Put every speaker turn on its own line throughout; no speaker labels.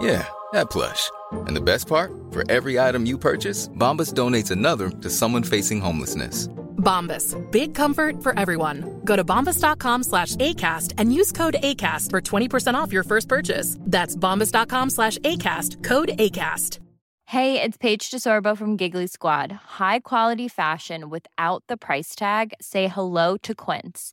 Yeah, that plush. And the best part? For every item you purchase, Bombas donates another to someone facing homelessness.
Bombas. Big comfort for everyone. Go to bombas.com slash ACAST and use code ACAST for 20% off your first purchase. That's bombas.com slash ACAST. Code ACAST.
Hey, it's Paige DeSorbo from Giggly Squad. High quality fashion without the price tag. Say hello to Quince.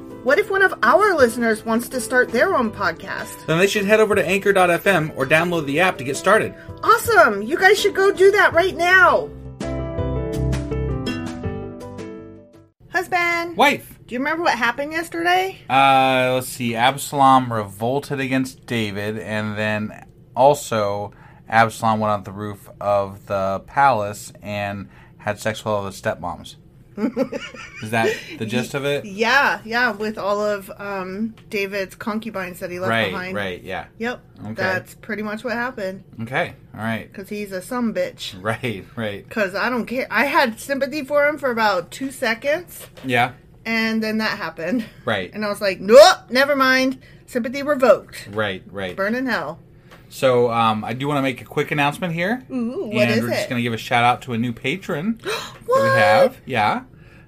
what if one of our listeners wants to start their own podcast?
Then they should head over to anchor.fm or download the app to get started.
Awesome! You guys should go do that right now! Husband,
Wife!
do you remember what happened yesterday?
Uh, let's see. Absalom revolted against David, and then also Absalom went on the roof of the palace and had sex with all the stepmoms. Is that the gist of it?
Yeah, yeah, with all of um, David's concubines that he left
right,
behind.
right, yeah.
Yep,
Okay.
that's pretty much what happened.
Okay, all right.
Because he's a some bitch.
Right, right.
Because I don't care. I had sympathy for him for about two seconds,
Yeah,
and then that happened.
Right.
And I was like, nope, never mind. Sympathy revoked.
right, right.
Burn in hell.
So, um, I do want to make a quick announcement here.
Ooh,
and
what is
we're just
it?
going to give a shout out to a new patron.
What?
we have. Yeah.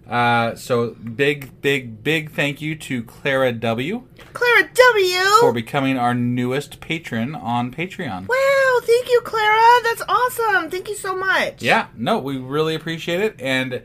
Uh, so big, big, big thank you to Clara W
Clara W.
for becoming our newest patron on Patreon.
wow, thank you, Clara. That's awesome. Thank you so much.
Yeah, no, we really appreciate it, and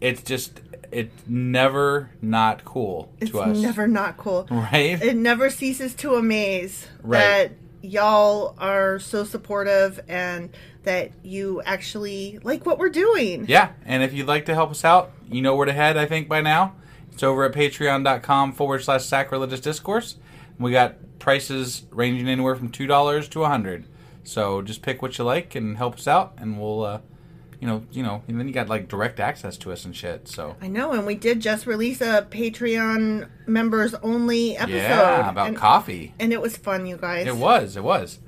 it's just it's never not cool
It's
to us,
never not cool.
right?
It never ceases to amaze
Right.
that y'all are so supportive and that you actually like what we're doing.
yeah, and if you'd like to help us out, you know where to head. I think by now, it's over at Patreon.com forward slash Sacrilegious Discourse. We got prices ranging anywhere from two dollars to a hundred, so just pick what you like and help us out, and we'll, uh, you know, you know, and then you got like direct access to us and shit. So
I know, and we did just release a Patreon members only episode.
yeah, about
and,
coffee.
and it was fun, you guys.
It was. It was.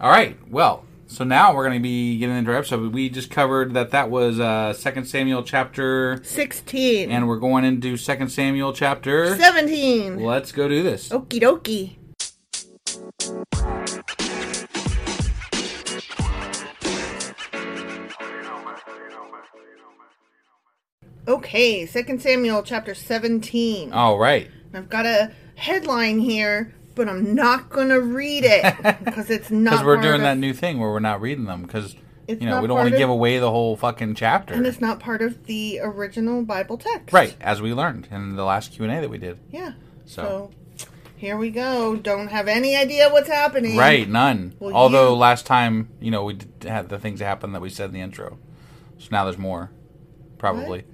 All right. Well, so now we're going to be getting into our episode. We just covered that that was uh, Second Samuel chapter,
16.
and we're going into Second Samuel chapter.
17.
Let's go do this.
Okie dokie. Okay, 2 Samuel chapter 17.
All right.
And I've got a headline here, but I'm not going to read it because it's not.
Because we're
part
doing
of-
that new thing where we're not reading them because you
It's
know
not
we don't want
part
to
of-
give away the whole fucking chapter.
And it's not part of the original Bible text.
right, as we learned in the last Q and A that we did.
Yeah.
So-
So. here we go. Don't have any idea what's happening.
Right, none.
Well,
Although
you-
last time, you know, we did had the things that happened that we said in the intro. So now there's more, probably.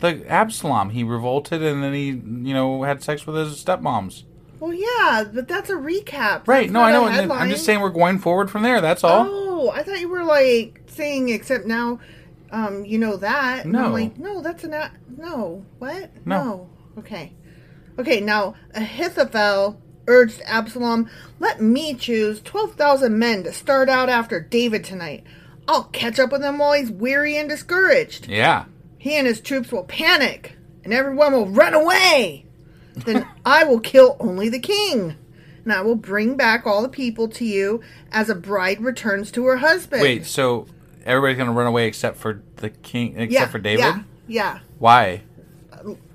The Absalom, he revolted and then he, you know, had sex with his stepmoms.
Well, yeah, but that's a recap.
Right.
That's
no,
not
I know.
a
and then- I'm
headline.
just saying we're going forward from there. That's all.
Oh, I thought you were like saying, except now, um, you know that. And
No.
I'm like, no, that's an a No. What?
No.
Okay. Okay, now, Ahithophel urged Absalom, let me choose 12,000 men to start out after David tonight. I'll catch up with him while he's weary and discouraged.
Yeah.
He and his troops will panic, and everyone will run away. Then I will kill only the king, and I will bring back all the people to you as a bride returns to her husband.
Wait. So everybody's gonna run away except for the king, except for David.
Yeah, yeah.
Why?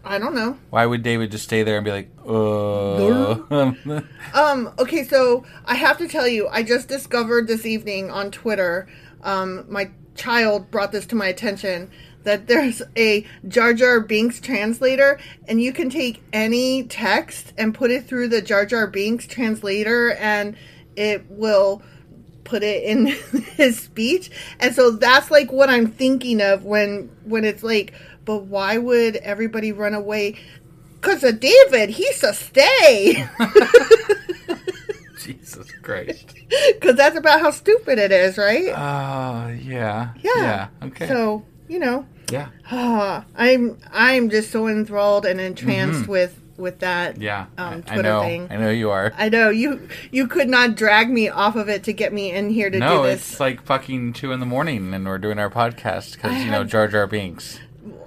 I don't know.
Why would David just stay there and be like, uh?
Um, okay, so I have to tell you, I just discovered this evening on Twitter. Um, my child brought this to my attention that there's a Jar Jar Binks translator, and you can take any text and put it through the Jar Jar Binks translator, and it will put it in his speech. And so that's like what I'm thinking of when when it's like, but why would everybody run away? Cause of David, he's a stay.
Jesus Christ.
Because that's about how stupid it is, right?
Uh, yeah.
Yeah.
Okay.
So you know,
yeah.
ah, I'm I'm just so enthralled and entranced with with that.
Mm-hmm. Yeah,
Um,
I- I,
Twitter
know.
thing.
I know you are.
I know you you could not drag me off of it to get me in here to
no,
do this.
it's like fucking two in the morning, and we're doing our podcast because you know
had-
Jar Jar Binks.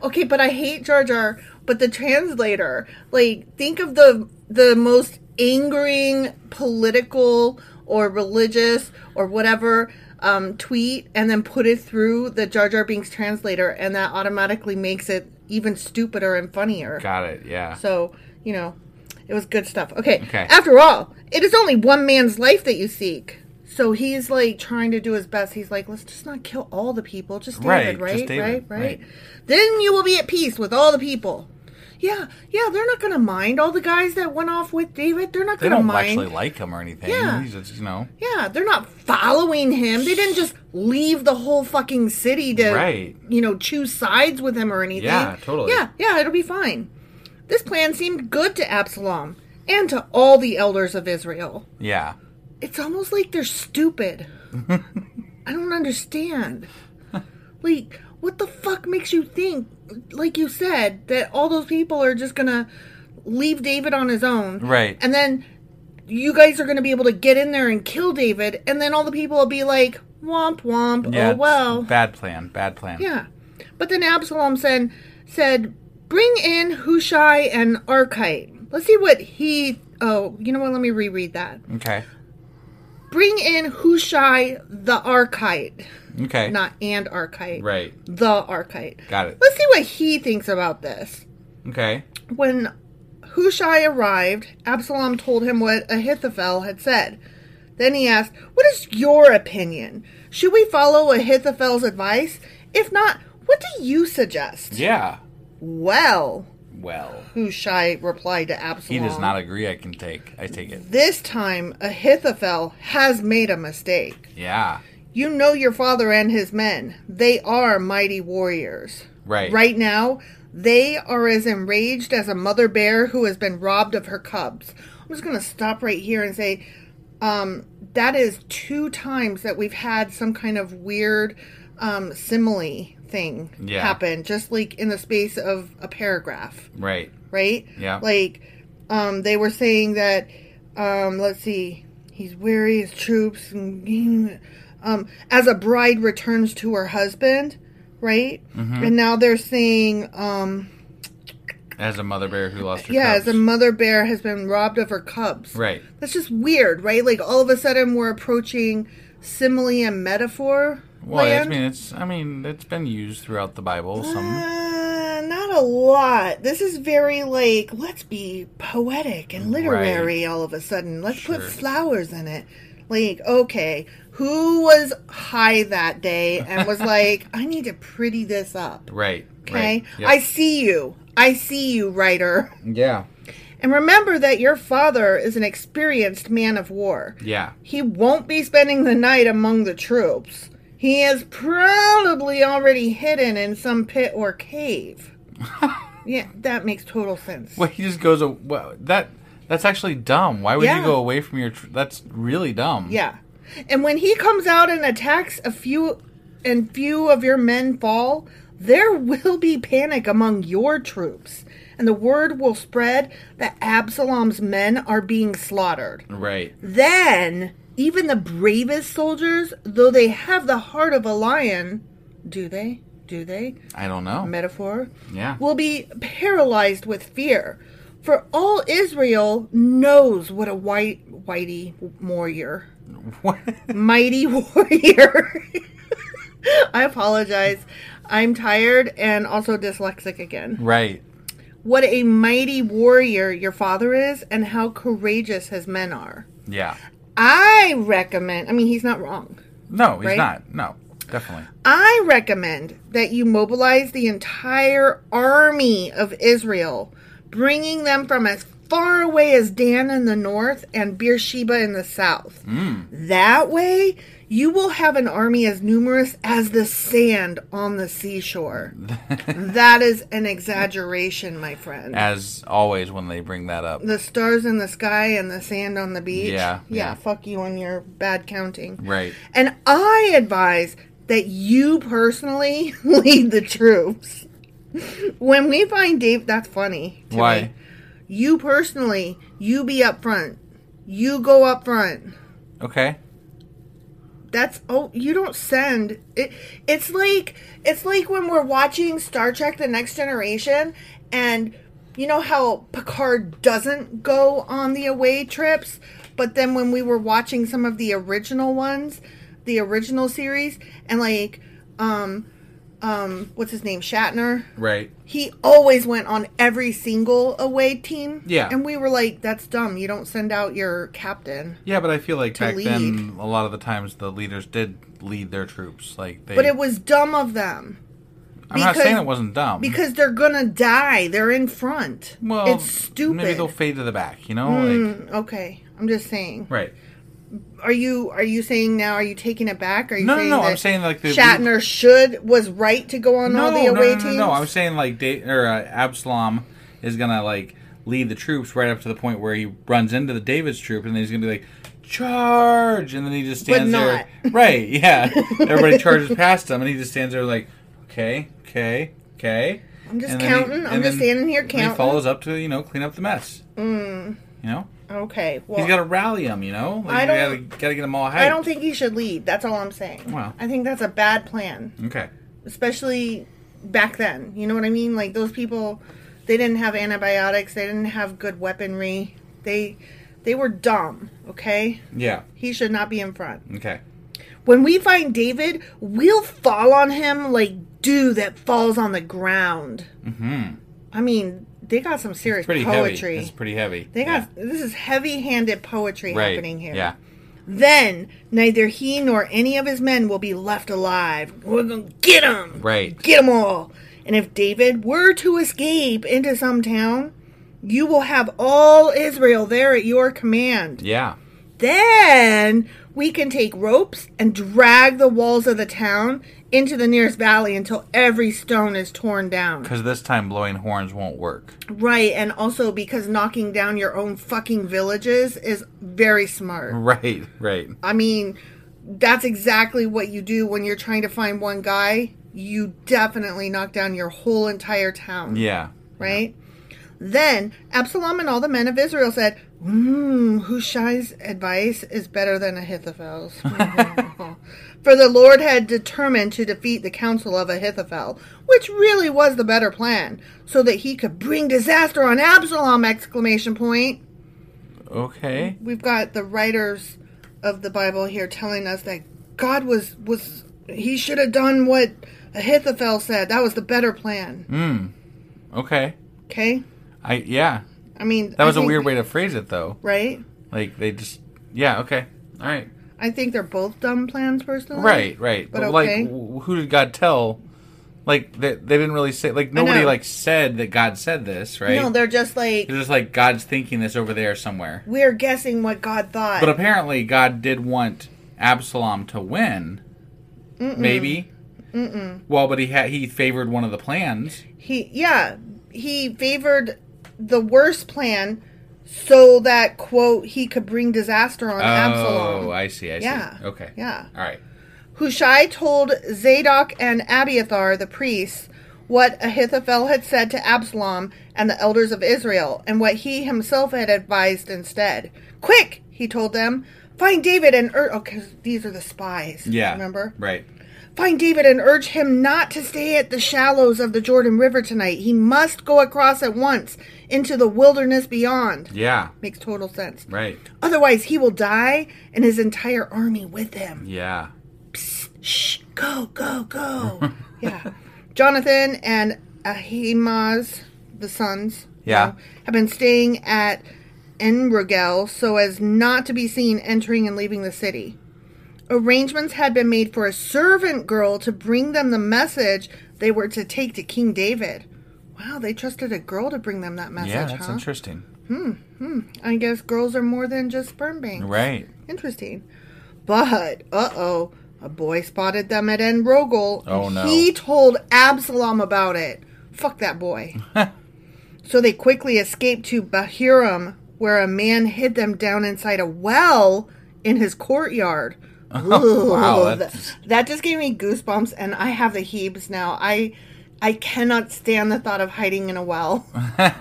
okay, but I hate Jar Jar. But the translator, like, think of the the most angering political or religious or whatever um, tweet, and then put it through the Jar Jar Binks translator, and that automatically makes it even stupider and funnier.
Got it? Yeah.
So, you know, it was good stuff. Okay.
Okay.
After all, it is only one man's life that you seek. So he's like trying to do his best. He's like, let's just not kill all the people. Just
Right,
David, right?
just David,
right, right,
right.
Then you will be at peace with all the people. Yeah, yeah, they're not going to mind. All the guys that went off with David, they're not
they
going to
don't
mind.
actually like him or anything.
Yeah.
He's just you know.
yeah, they're not following him. They didn't just leave the whole fucking city to,
Right.
you know, choose sides with him or anything.
Yeah, totally.
Yeah, yeah, it'll be fine. This plan seemed good to Absalom and to all the elders of Israel.
Yeah.
Oh, It's almost like they're stupid. I don't understand. Like, what the fuck makes you think, like you said, that all those people are just gonna leave David on his own?
Right.
And then you guys are gonna be able to get in there and kill David, and then all the people will be like, womp womp,
Yeah.
oh well.
it's Bad plan. Bad plan.
Yeah. But then Absalom said, said Bring in Hushai and Archite. Let's see what he. Oh, you know what? Let me reread that.
Okay.
Bring in Hushai the Archite.
Okay.
Not and Archite.
right.
The Archite.
Got it.
Let's see what he thinks about this.
Okay.
When Hushai arrived, Absalom told him what Ahithophel had said Then he asked, What is your opinion? Should we follow Ahithophel's advice? If not, what do you suggest?
Yeah.
Well,
Well,
Hushai replied to
he
Absalom.
does not agree. I can take. I take it.
This time, Ahithophel has made a mistake.
Yeah.
You know your father and his men. They are mighty warriors.
Right.
Right now, they are as enraged as a mother bear who has been robbed of her cubs. I'm just going to stop right here and say um, that is two times that we've had some kind of weird um, simile thing
Yeah.
happen, just like in the space of a paragraph
Right.
right?
Yeah.
Like, um, they were saying that, um, let's see, he's weary, his troops, and, um, as a bride returns to her husband, right?
Mm-hmm.
And now they're saying, um,
As a mother bear who lost her.
yeah,
cubs.
as a mother bear has been robbed of her cubs.
Right.
That's just weird, right? Like, all of a sudden we're approaching simile and metaphor.
Well, I
land. Ah,
mean, it's. I mean, it's been used throughout the Bible. Some.
Uh, not a lot. This is very like let's be poetic and literary all of a sudden. Let's put flowers in it. Like, okay, who was high that day and was like, I need to pretty this up.
Right.
Okay?
Right. Yep. Mm.
I see you. I see you, writer.
Yeah.
And remember that your father is an experienced man of war.
Yeah.
He won't be spending the night among the troops. He is probably already hidden in some pit or cave. yeah, that makes total sense.
Well, he just goes. a- Well, that. That's actually dumb. Why would
Yeah.
you go away from your? Tr- that's really dumb.
Yeah. And when he comes out and attacks a few and few of your men fall, there will be panic among your troops. And the word will spread that Absalom's men are being slaughtered.
Right.
Then, even the bravest soldiers, though they have the heart of a lion, do they? Do they?
I don't know.
Metaphor.
Yeah.
Will be paralyzed with fear. For all Israel knows what a white, whitey warrior,
What?
mighty warrior. I apologize. I'm tired and also dyslexic again
right.
what a mighty warrior your father is and how courageous his men are.
Yeah.
I recommend, I mean, he's not wrong.
No, he's
Right?
not. No, definitely.
I recommend that you mobilize the entire army of Israel, bringing them from as far away as Dan in the north and Beersheba in the south.
Mm.
That way, you will have an army as numerous as the sand on the seashore. that is an exaggeration, my friend.
As always, when they bring that up.
the stars in the sky and the sand on the beach.
Yeah, yeah.
fuck you on your bad counting.
Right.
And I advise that you personally lead the troops. when we find Dave, that's funny. to
Why?
me. You personally, you be up front. You go up front.
Okay.
That's oh, you don't send it. It's like it's like when we're watching Star Trek: The Next Generation, and you know how Picard doesn't go on the away trips, but then when we were watching some of the original ones, the original series, and like um, um, what's his name, Shatner,
Right.
he always went on every single away team.
Yeah.
and we were like, that's dumb. You don't send out your captain.
Yeah, but I feel like back then,
lead.
a lot of the times the leaders did lead their troops. Like they.
But it was dumb of them.
I'm not
because-
saying it wasn't dumb.
because they're gonna die. They're in front.
well,
it's stupid. Hmm.
Maybe they'll fade to the back. You know. Like,
okay, I'm just saying.
right.
Are you are you saying now? Are you taking it back? Are you
No, no,
saying
no, I'm
that
saying, like, the-
Shatner should was right to go on
No,
all
no,
the
no,
away
no, no,
teams.
no. I'm saying like da- or uh, Absalom is gonna like lead the troops right up to the point where he runs into the David's troop, and then he's gonna be like. Charge, and then he just
But
stands there. Right? Yeah. Everybody charges past him, and he just stands there like, okay, okay, okay.
I'm just
And then he-
counting. I'm
and
just
then-
standing here
and
counting.
He follows up to you know clean up the mess. Mm. You know
okay, well,
he's got to rally them. You know like,
I
You
don't-
gotta, gotta get them all hyped.
I don't think he should lead. That's all I'm saying.
Well.
I think that's a bad plan,
Okay.
especially back then. You know what I mean? Like those people, they didn't have antibiotics. They didn't have good weaponry. They they were dumb. Okay.
Yeah.
He should not be in front.
Okay.
When we find David, we'll fall on him like dew that falls on the ground. Mm-hmm. I mean, they got some serious
Pretty
poetry.
heavy. It's pretty heavy.
they got this is heavy-handed poetry
right.
happening here.
Yeah.
Then neither he nor any of his men will be left alive. We're going to get them.
Right.
Get them all. And if David were to escape into some town, you will have all Israel there at your command.
Yeah.
Then we can take ropes and drag the walls of the town into the nearest valley until every stone is torn down.
Because this time blowing horns won't work.
Right, and also because knocking down your own fucking villages is very
Mm.
smart.
Right. Right.
I mean, that's exactly what you do when you're trying to find one guy. You definitely knock down your whole entire town.
Yeah.
Right? Then Absalom and all the men of Israel said, Mmm, Hushai's advice is better than Ahithophel's. For the Lord had determined to defeat the counsel of Ahithophel, which really was the better plan, so that he could bring disaster on Absalom! Exclamation point.
Okay.
We've got the writers of the Bible here telling us that God was was he should have done what Ahithophel said. That was the better plan.
Hmm. Okay.
Okay,
I yeah.
I mean
That
I
was a
think-
weird way to phrase it though.
right?
Like they just yeah, okay. All right.
I think they're both dumb plans, personally.
Right, right.
But
But, like
okay.
w- who did God tell? Like they, they didn't really say like nobody
know.
like said that God said this, right?
No, they're just like
They're just like God's thinking this over there somewhere.
we're guessing what God thought.
But apparently, God did want Absalom to win. Maybe. Mm-mm. Well, but he had he favored one of the plans.
he, yeah, he favored the worst plan so that quote he could bring disaster on Absalom.
Oh, I see. I see.
Yeah.
Okay.
Yeah.
All right.
Hushai told Zadok and Abiathar, the priests, what Ahithophel had said to Absalom and the elders of Israel, and what he himself had advised instead. Quick, he told them, find David and Ur. Oh, because these are the spies.
Yeah.
Remember?
Right.
Find David and urge him not to stay at the shallows of the Jordan River tonight. He must go across at once into the wilderness beyond.
Yeah.
Makes total sense.
Right.
Otherwise, he will die and his entire army with him.
Yeah.
Shh, go, go, go. yeah. Jonathan and Ahimaaz, the sons, you
Yeah.
know, have been staying at Enrogel so as not to be seen entering and leaving the city. Arrangements had been made for a servant girl to bring them the message they were to take to King David. Wow, they trusted a girl to bring them that message,
yeah. That's
huh?
interesting.
I guess girls are more than just sperm banks.
Right.
Interesting. But, uh oh, a boy spotted them at Enrogel.
Oh, no.
He told Absalom about it. Fuck that boy. so they quickly escaped to Bahurim, where a man hid them down inside a well in his courtyard.
Wow,
Ugh,
that's-
that, that just gave me goosebumps, and I have the heebs now. I. I cannot stand the thought of hiding in a well.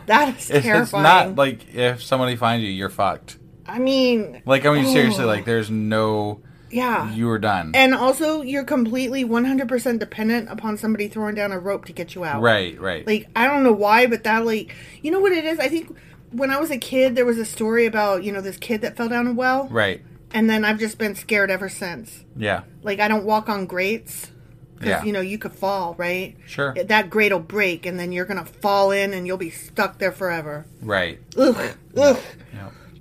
That is
It's,
terrifying.
it's not like if somebody finds you, you're fucked.
I mean,
Like I mean, seriously, like there's no
yeah.
you are done.
Oh. And also, you're completely 100% dependent upon somebody throwing down a rope to get you out.
right. Right.
Like, I don't know why, but that, like, you know what it is? I think when I was a kid, there was a story about, you know, this kid that fell down a well.
right.
And then I've just been scared ever since.
Yeah.
Like, I don't walk on grates. Because,
Yeah.
you know, you could fall, right?
Sure.
That grate will break, and then you're going to fall in, and you'll be stuck there forever.
Right.
Ugh. Ugh.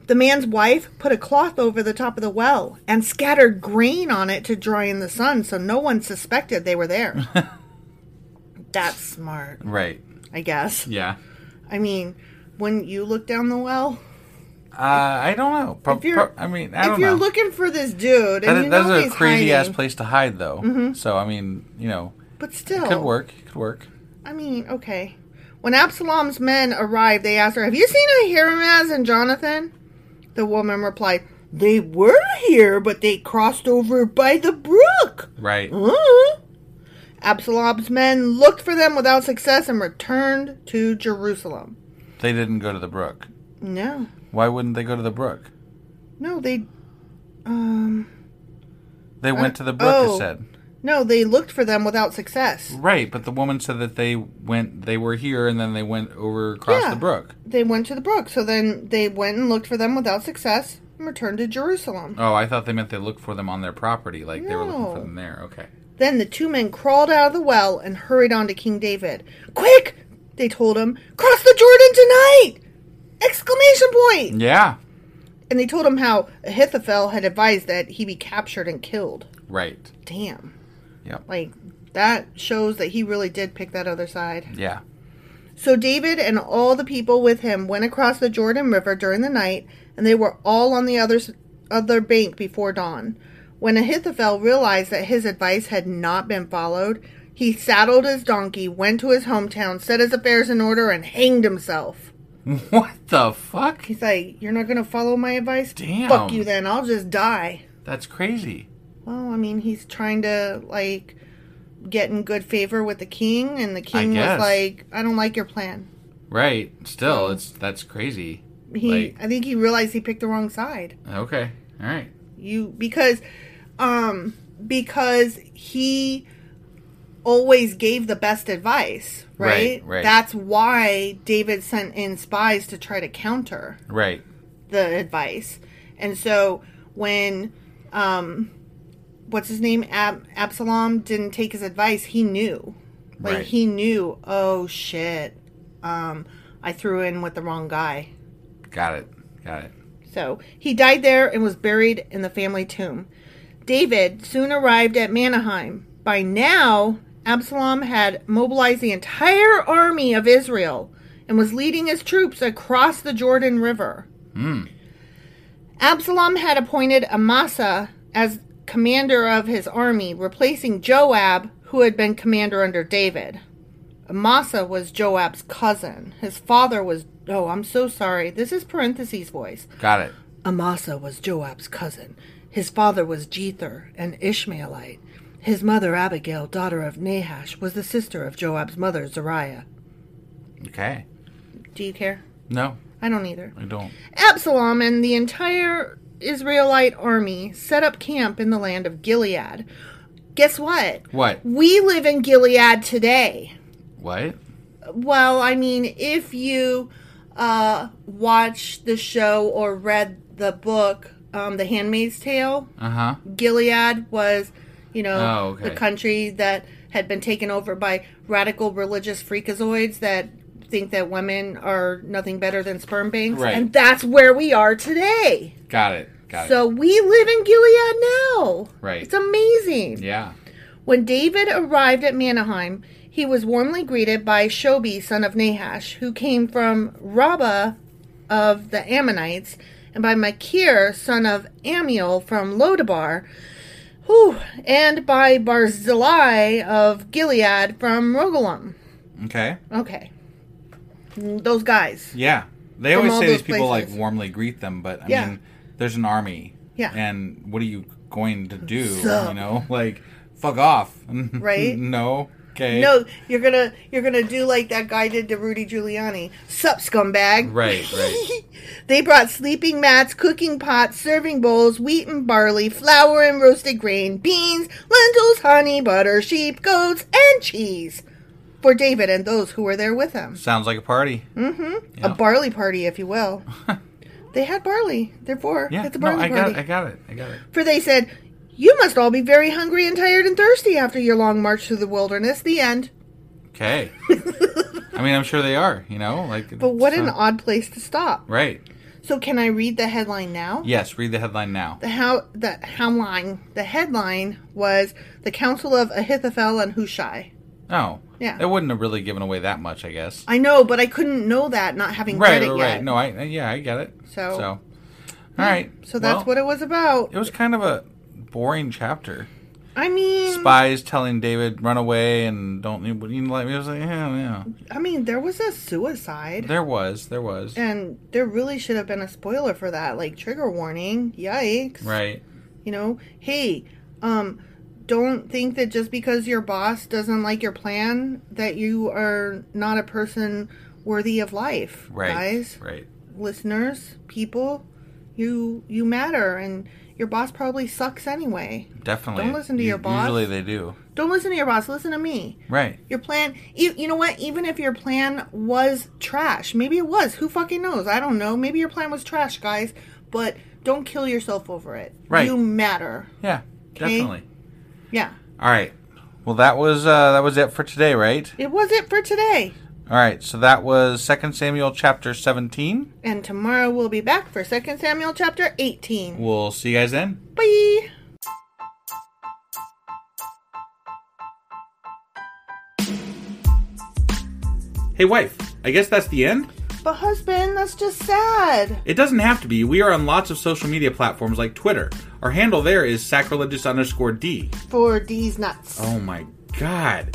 The man's wife put a cloth over the top of the well and scattered grain on it to dry in the sun so no one suspected they were there. That's smart,
Right.
I guess.
Yeah.
I mean, wouldn't you look down the well?
Uh, I don't know. Pro-
If you're-
pro- I mean, I don't
if you're
know.
looking for this dude and
That
you
is, that
know
is
he's
a crazy ass
hiding, Mm-hmm.
place to hide, though. So I mean, you know,
but still,
could work, could work.
I mean, okay. When Absalom's men arrived, they asked her, Have you seen Ahiramaz and Jonathan? The woman replied, They were here, but they crossed over by the brook.
Right.
Huh? Mm-hmm. Absalom's men looked for them without success and returned to Jerusalem.
They didn't go to the brook.
No,
Why wouldn't they go to the brook?
no, they, um,
They went to the brook.
oh.
It said.
no, they looked for them without success.
Right, but the woman said that they went. They were here, and then they went over across
Yeah.
the brook.
They went to the brook, so then they went and looked for them without success and returned to Jerusalem.
Oh, I thought they meant they looked for them on their property, like they were looking
No.
for them there. Okay.
Then the two men crawled out of the well and hurried on to King David. Quick! They told him, cross the Jordan tonight! Exclamation point!
Yeah.
and they told him how Ahithophel had advised that he be captured and killed.
Right.
Damn.
Yep.
Like, that shows that he really did pick that other side.
Yeah.
So David and all the people with him went across the Jordan River during the night, and they were all on the other s- other bank before dawn. When Ahithophel realized that his advice had not been followed, he saddled his donkey, went to his hometown, set his affairs in order, and hanged himself.
What the fuck?
He's like, "You're not going to follow my advice?
Damn.
Fuck you, then. I'll just die."
That's crazy.
Well, I mean, he's trying to like get in good favor with the king, and the king was
guess.
like, "I don't like your plan."
Right. Still, it's that's crazy.
He,
Like-
I think he realized he picked the wrong side.
Okay. All right.
You because, um, because he always gave the best advice, right?
Right, right.
That's why David sent in spies to try to counter
Right.
the advice. And so when, um, what's his name? Ab- Absalom didn't take his advice. He knew, like
Right.
he knew. Oh shit! Um, I threw in with the wrong guy.
Got it. Got it.
So he died there and was buried in the family tomb. David soon arrived at Manheim. By now, Absalom had mobilized the entire army of Israel and was leading his troops across the Jordan River. Absalom had appointed Amasa as commander of his army, replacing Joab, who had been commander under David. Amasa was Joab's cousin. His father was. Oh, I'm so sorry. This is parentheses voice.
Got it.
Amasa was Joab's cousin. His father was Jether, an Ishmaelite. His mother Abigail, daughter of Nahash, was the sister of Joab's mother Zariah.
Okay.
Do you care?
No,
I don't either.
I don't.
Absalom and the entire Israelite army set up camp in the land of Gilead. Guess what?
What?
We live in Gilead today.
What?
Well, I mean, if you uh, watch the show or read the book, um, The Handmaid's Tale,
Uh huh.
Gilead was, you know,
Oh, okay.
the country that had been taken over by radical religious freakazoids that think that women are nothing better than sperm banks.
Right.
And that's where we are today.
Got it. Got
So we live in Gilead now.
Right.
It's amazing.
it. Yeah.
When David arrived at Manheim, he was warmly greeted by Shobi, son of Nahash, who came from Rabbah of the Ammonites, and by Machir, son of Amiel from Lodabar, who, and by Barzillai of Gilead from Rogalim.
Okay.
Okay. Those guys.
Yeah. They
From
always
all
say these
those
people
places.
like warmly greet them, but I
Yeah.
mean, there's an army.
Yeah.
And what are you going to do?
Sup?
You know, like, fuck off.
Right?
no. Okay.
No, you're gonna you're gonna do like that guy did to Rudy Giuliani. Sup scumbag.
Right, right.
They brought sleeping mats, cooking pots, serving bowls, wheat and barley, flour and roasted grain, beans, lentils, honey, butter, sheep, goats, and cheese for David and those who were there with him.
Sounds like a party.
Hmm? A barley party, if you will. they had barley, therefore,
Yeah.
it's a
no,
barley
I
party.
got, I got it. I got it.
For they said, You must all be very hungry and tired and thirsty after your long march through the wilderness. The end.
Okay. I mean, I'm sure they are. You know, like.
But what
it's
an
not-
odd place to stop.
Right.
So, can I read the headline now?
Yes. Read the headline now.
The how the headline the headline was the Council of Ahithophel and Hushai.
Oh.
Yeah.
They wouldn't have really given away that much, I guess.
I know, but I couldn't know that not having
right.
read it
Right.
yet.
Right. No. I. Yeah. I get it.
So-
So. All right.
So that's
Well,
what it was about.
It was kind of a boring chapter.
I mean,
Spies telling David, "Run away and don't you, you like me." I was like, "Yeah, yeah."
I mean, there was a suicide,
There was, there was,
and there really should have been a spoiler for that, like trigger warning. Yikes!
right,
You know, hey, um, don't think that just because your boss doesn't like your plan that you are not a person worthy of life,
right,
guys.
right,
listeners, people, you you matter, and your boss probably sucks anyway.
definitely.
Don't listen to
U-
your boss.
Usually they do,
Don't listen to your boss. Listen to me.
right,
Your plan, e, you, you know what? Even if your plan was trash, maybe it was. Who fucking knows? I don't know. Maybe your plan was trash, guys. But don't kill yourself over it.
Right.
You matter.
yeah, definitely.
Yeah.
All right, well that was uh, that was it for today, right?
It was it for today.
All right, so that was 2 Samuel chapter 17.
And tomorrow we'll be back for 2 Samuel chapter 18.
We'll see you guys then.
Bye!
Hey, wife, I guess that's the end?
But husband, that's just sad.
It doesn't have to be. We are on lots of social media platforms like Twitter. Our handle there is sacrilegious underscore D.
For these nuts.
Oh my god.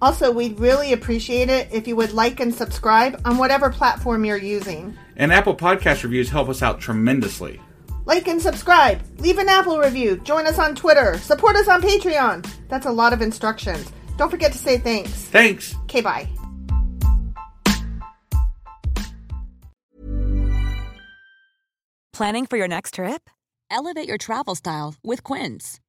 Also, we'd really appreciate it if you would like and subscribe on whatever platform you're using.
And Apple Podcast reviews help us out tremendously.
Like and subscribe, leave an Apple review, join us on Twitter, support us on Patreon. That's a lot of instructions. Don't forget to say thanks.
Thanks!
Okay, bye.
Planning for your next trip? Elevate your travel style with Quince.